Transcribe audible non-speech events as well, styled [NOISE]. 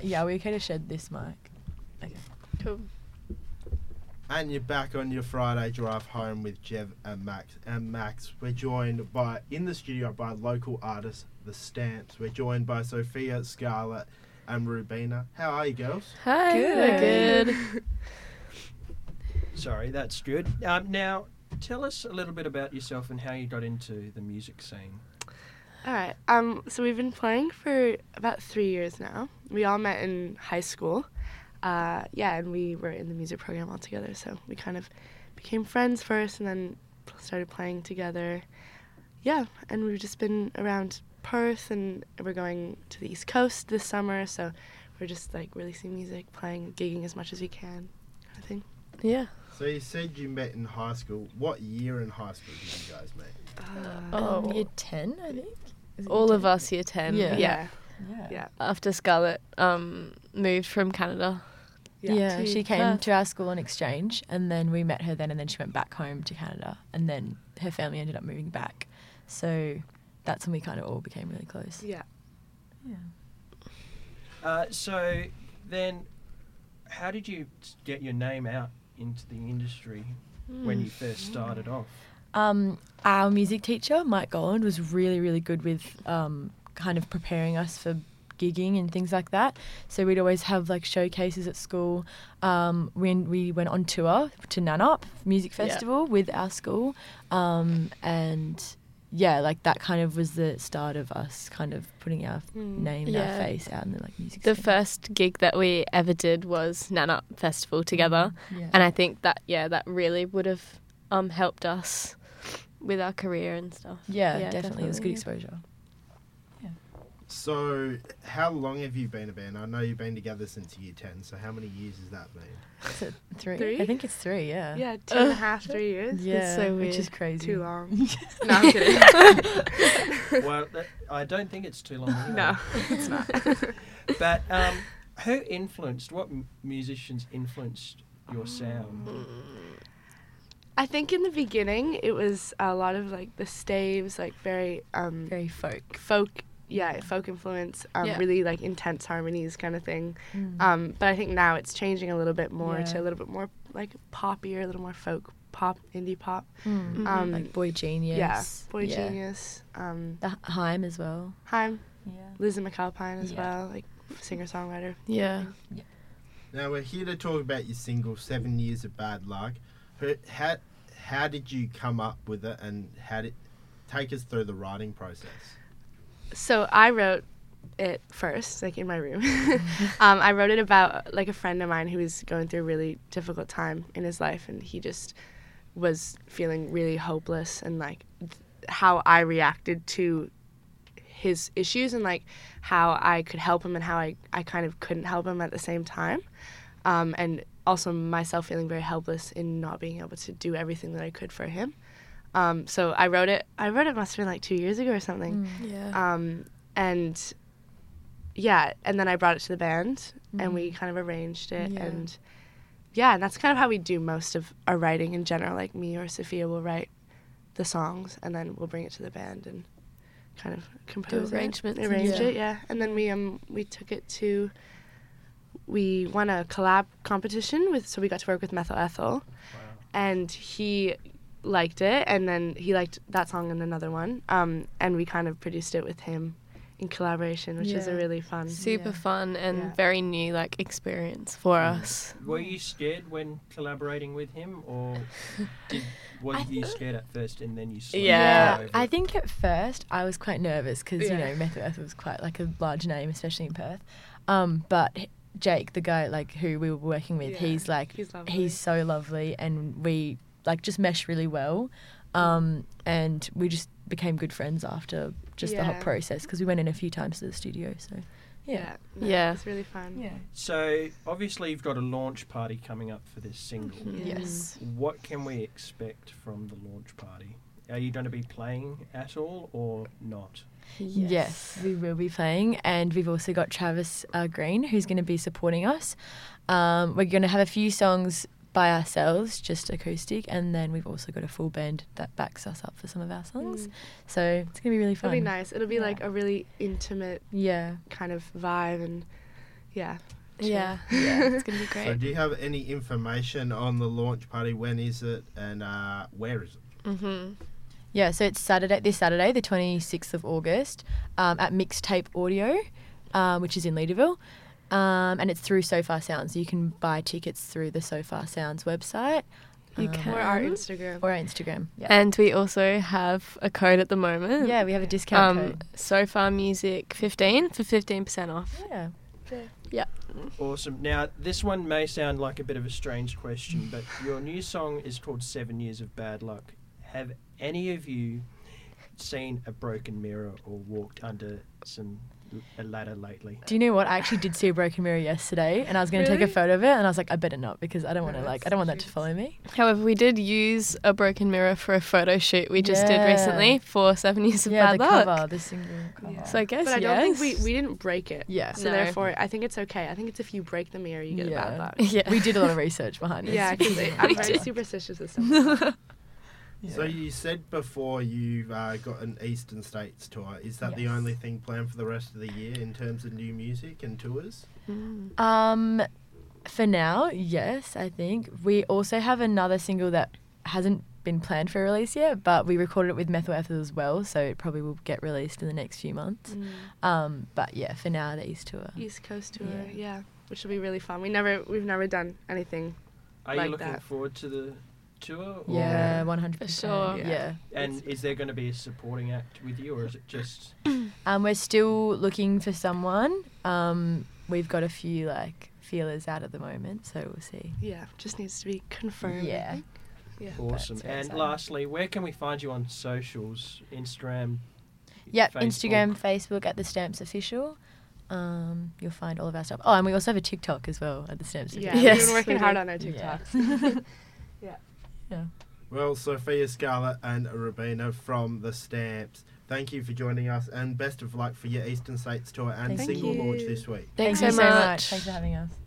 Yeah, we could have shed this mic. Okay. Cool. And you're back on your Friday drive home with Jev and Max. And Max, we're joined by in the studio by local artists, the Stamps. We're joined by Sophia, Scarlett, and Rubina. How are you girls? Hi. Good. Good. Sorry, that's good. Um, now, tell us a little bit about yourself and how you got into the music scene. [LAUGHS] All right. Um, so we've been playing for about three years now. We all met in high school. Uh, yeah, and we were in the music program all together. So we kind of became friends first, and then pl- started playing together. Yeah, and we've just been around Perth, and we're going to the East Coast this summer. So we're just like releasing music, playing, gigging as much as we can, kind of thing. Yeah. So you said you met in high school. What year in high school did you guys meet? Uh, Oh, Oh. year ten, I think. Is it All year of us year 10. Yeah. yeah. 10? Yeah. Yeah. After Scarlett um, moved from Canada. Yeah, to she came Perth. to our school on exchange, and then we met her then, and then she went back home to Canada, and then her family ended up moving back. So that's when we kind of all became really close. Yeah. Yeah. Uh, so then, how did you s- get your name out into the industry when you Hmm. first [LAUGHS] started off? Um, our music teacher, Mike Goland, was really, really good with um, kind of preparing us for gigging and things like that. So we'd always have like showcases at school. Um, when we went on tour to Nanup Music Yeah. Festival with our school, um, and yeah, like that kind of was the start of us kind of putting our Mm. name, and our Yeah. face out in the like music. The scene. first gig that we ever did was Nana Festival together. Yeah. And I think that, yeah, that really would have um, helped us with our career and stuff. yeah, definitely. It was good yeah. exposure. So how long have you been a band? I know you've been together since year ten. So how many years has that been? So [LAUGHS] three? I Three? think it's three. Yeah. [LAUGHS] Yeah, two and a Ugh. half, three years. Yeah, so which is weird. crazy. [LAUGHS] Too long. no, I'm kidding. well, that, I don't think it's too long. either. [LAUGHS] no, it's not. But um, who influenced? What m- musicians influenced your sound? I think in the beginning it was a lot of like the staves, like very um Very folk. folk, yeah, folk influence, um, Yeah. really like intense harmonies kind of thing. Mm. Uh, Um, but I think now it's changing a little bit more Yeah. to a little bit more like poppier, a little more folk pop, indie pop. Mm. Mhm. Um, like Boy Genius. yeah, Boy Genius, um, The Heim as well. Heim, Yeah. Lizzie McAlpine as Yeah. well, like singer songwriter. Yeah. Now we're here to talk about your single Seven Years of Bad Luck. Who- How, how did you come up with it and how did take us through the writing process? so I wrote it first, like in my room. [LAUGHS] um, I wrote it about like a friend of mine who was going through a really difficult time in his life, and he just was feeling really hopeless, and like th- how I reacted to his issues, and like how I could help him, and how I I kind of couldn't help him at the same time, um, and also myself feeling very helpless in not being able to do everything that I could for him. Um, so I wrote it. I wrote it must have been like two years ago or something Yeah. um, and yeah, and then I brought it to the band, and we Mm. kind of arranged it, Yeah. and yeah, and that's kind of how we do most of our writing in general. Like me or Sophia will write the songs, and then we'll bring it to the band and kind of compose it, arrangements and arrange stuff. it, yeah. And then we um we took it to we won a collab competition with, so we got to work with Methyl Ethyl, and he liked it and then he liked that song and another one um, and we kind of produced it with him in collaboration which is a Yeah. really fun Um, Super Yeah. Mm. fun and Yeah. very new, like, experience for us. Were you scared when collaborating with him, or did [LAUGHS] were I you thi- scared at first and then you? sort of Yeah. got over I it? think at first I was quite nervous because you Yeah. know Method Earth was quite like a large name, especially in Perth. Um, but h- Jake, the guy like who we were working with, Yeah. he's like He's lovely. so lovely, and we like just mesh really well. Um, and we just became good friends after just the whole Yeah. process because we went in a few times to the studio. So yeah, no, Yeah. it's really fun Mm. So obviously you've got a launch party coming up for this single. Mhm. yes. What can we expect from the launch party? Are you going to be playing at all or not? Yes. we will be playing, and we've also got Travis uh, Green who's going to be supporting us. Um, we're going to have a few songs by ourselves, just acoustic, and then we've also got a full band that backs us up for some of our Mm. songs. So it's going to be really fun. it'll be nice it'll be Yeah. like a really intimate Yeah, kind of vibe and yeah. [LAUGHS] Yeah, yeah, it's [LAUGHS] gonna be So, great. do you have any information on the launch party? When is it and uh, where is it? Mm-hmm. Yeah, so it's Saturday, this Saturday, the 26th of August, um, at Mixtape Audio, um, which is in Leaderville. Um, and it's through So Far Sounds. You can buy tickets through the So Far Sounds website. You um, can. Or our Um, Instagram. Or our Instagram. Yeah. And we also have a code at the moment. Um, yeah, we have a discount code. so far music 15 for 15% off. Yeah. Awesome. Now, this one may sound like a bit of a strange question, but your new song is called Seven Years of Bad Luck. Have any of you seen a broken mirror or walked under some a ladder lately? Do you know what? I actually did see a broken mirror yesterday, and I was going to take a Really? photo of it, and I was like, I better not because I don't want to No, like, that's I don't want that to cute. follow me. However, we did use a broken mirror for a photo shoot we just Yeah. did recently for Seven Years of yeah, Bad the Luck. cover, the single cover. Yeah. So I guess but I yes. don't think we, we didn't break it. yeah, So No. therefore, I think it's okay. I think it's if you break the mirror, you get a [LAUGHS] bad luck. [LAUGHS] Yeah. we did a lot of research behind this. Yeah, because I'm [LAUGHS] very We [LAUGHS] did. superstitious and stuff. [LAUGHS] So you said before you've uh, got an Eastern States tour. Is that the Yes. only thing planned for the rest of the year in terms of new music and tours? Mm. Um, for now, yes, I think we also have another single that hasn't been planned for release yet, but we recorded it with Methyl Ethyl as well, so it probably will get released in the next few months. Mm. Um, but yeah, for now, the East tour. East Coast tour, Yeah. yeah. which will be really fun. We never, we've never done anything. Are you Like looking that. forward to the tour? Or Yeah, one hundred For percent. sure. Yeah. And is there going to be a supporting act with you, or is it just Um, we're still looking for someone. Um, we've got a few like feelers out at the moment, so we'll see. Yeah, just needs to be confirmed. I Yeah. think. Yeah. awesome? very And exciting. lastly, where can we find you on socials? Instagram. Yep, Facebook? Instagram, Facebook at the Stamps Official. Um, you'll find all of our stuff. Oh, and we also have a TikTok as well at the Stamps Yeah, Official. Yes, we've been [LAUGHS] we working hard do. on our Yeah. TikToks. Well, Sophia Scarlett and Rabina from the Stamps. Thank you for joining us, and best of luck for your Eastern States tour and Thank single launch you. this week. Thank Thanks you so so much. much. Thanks for having us.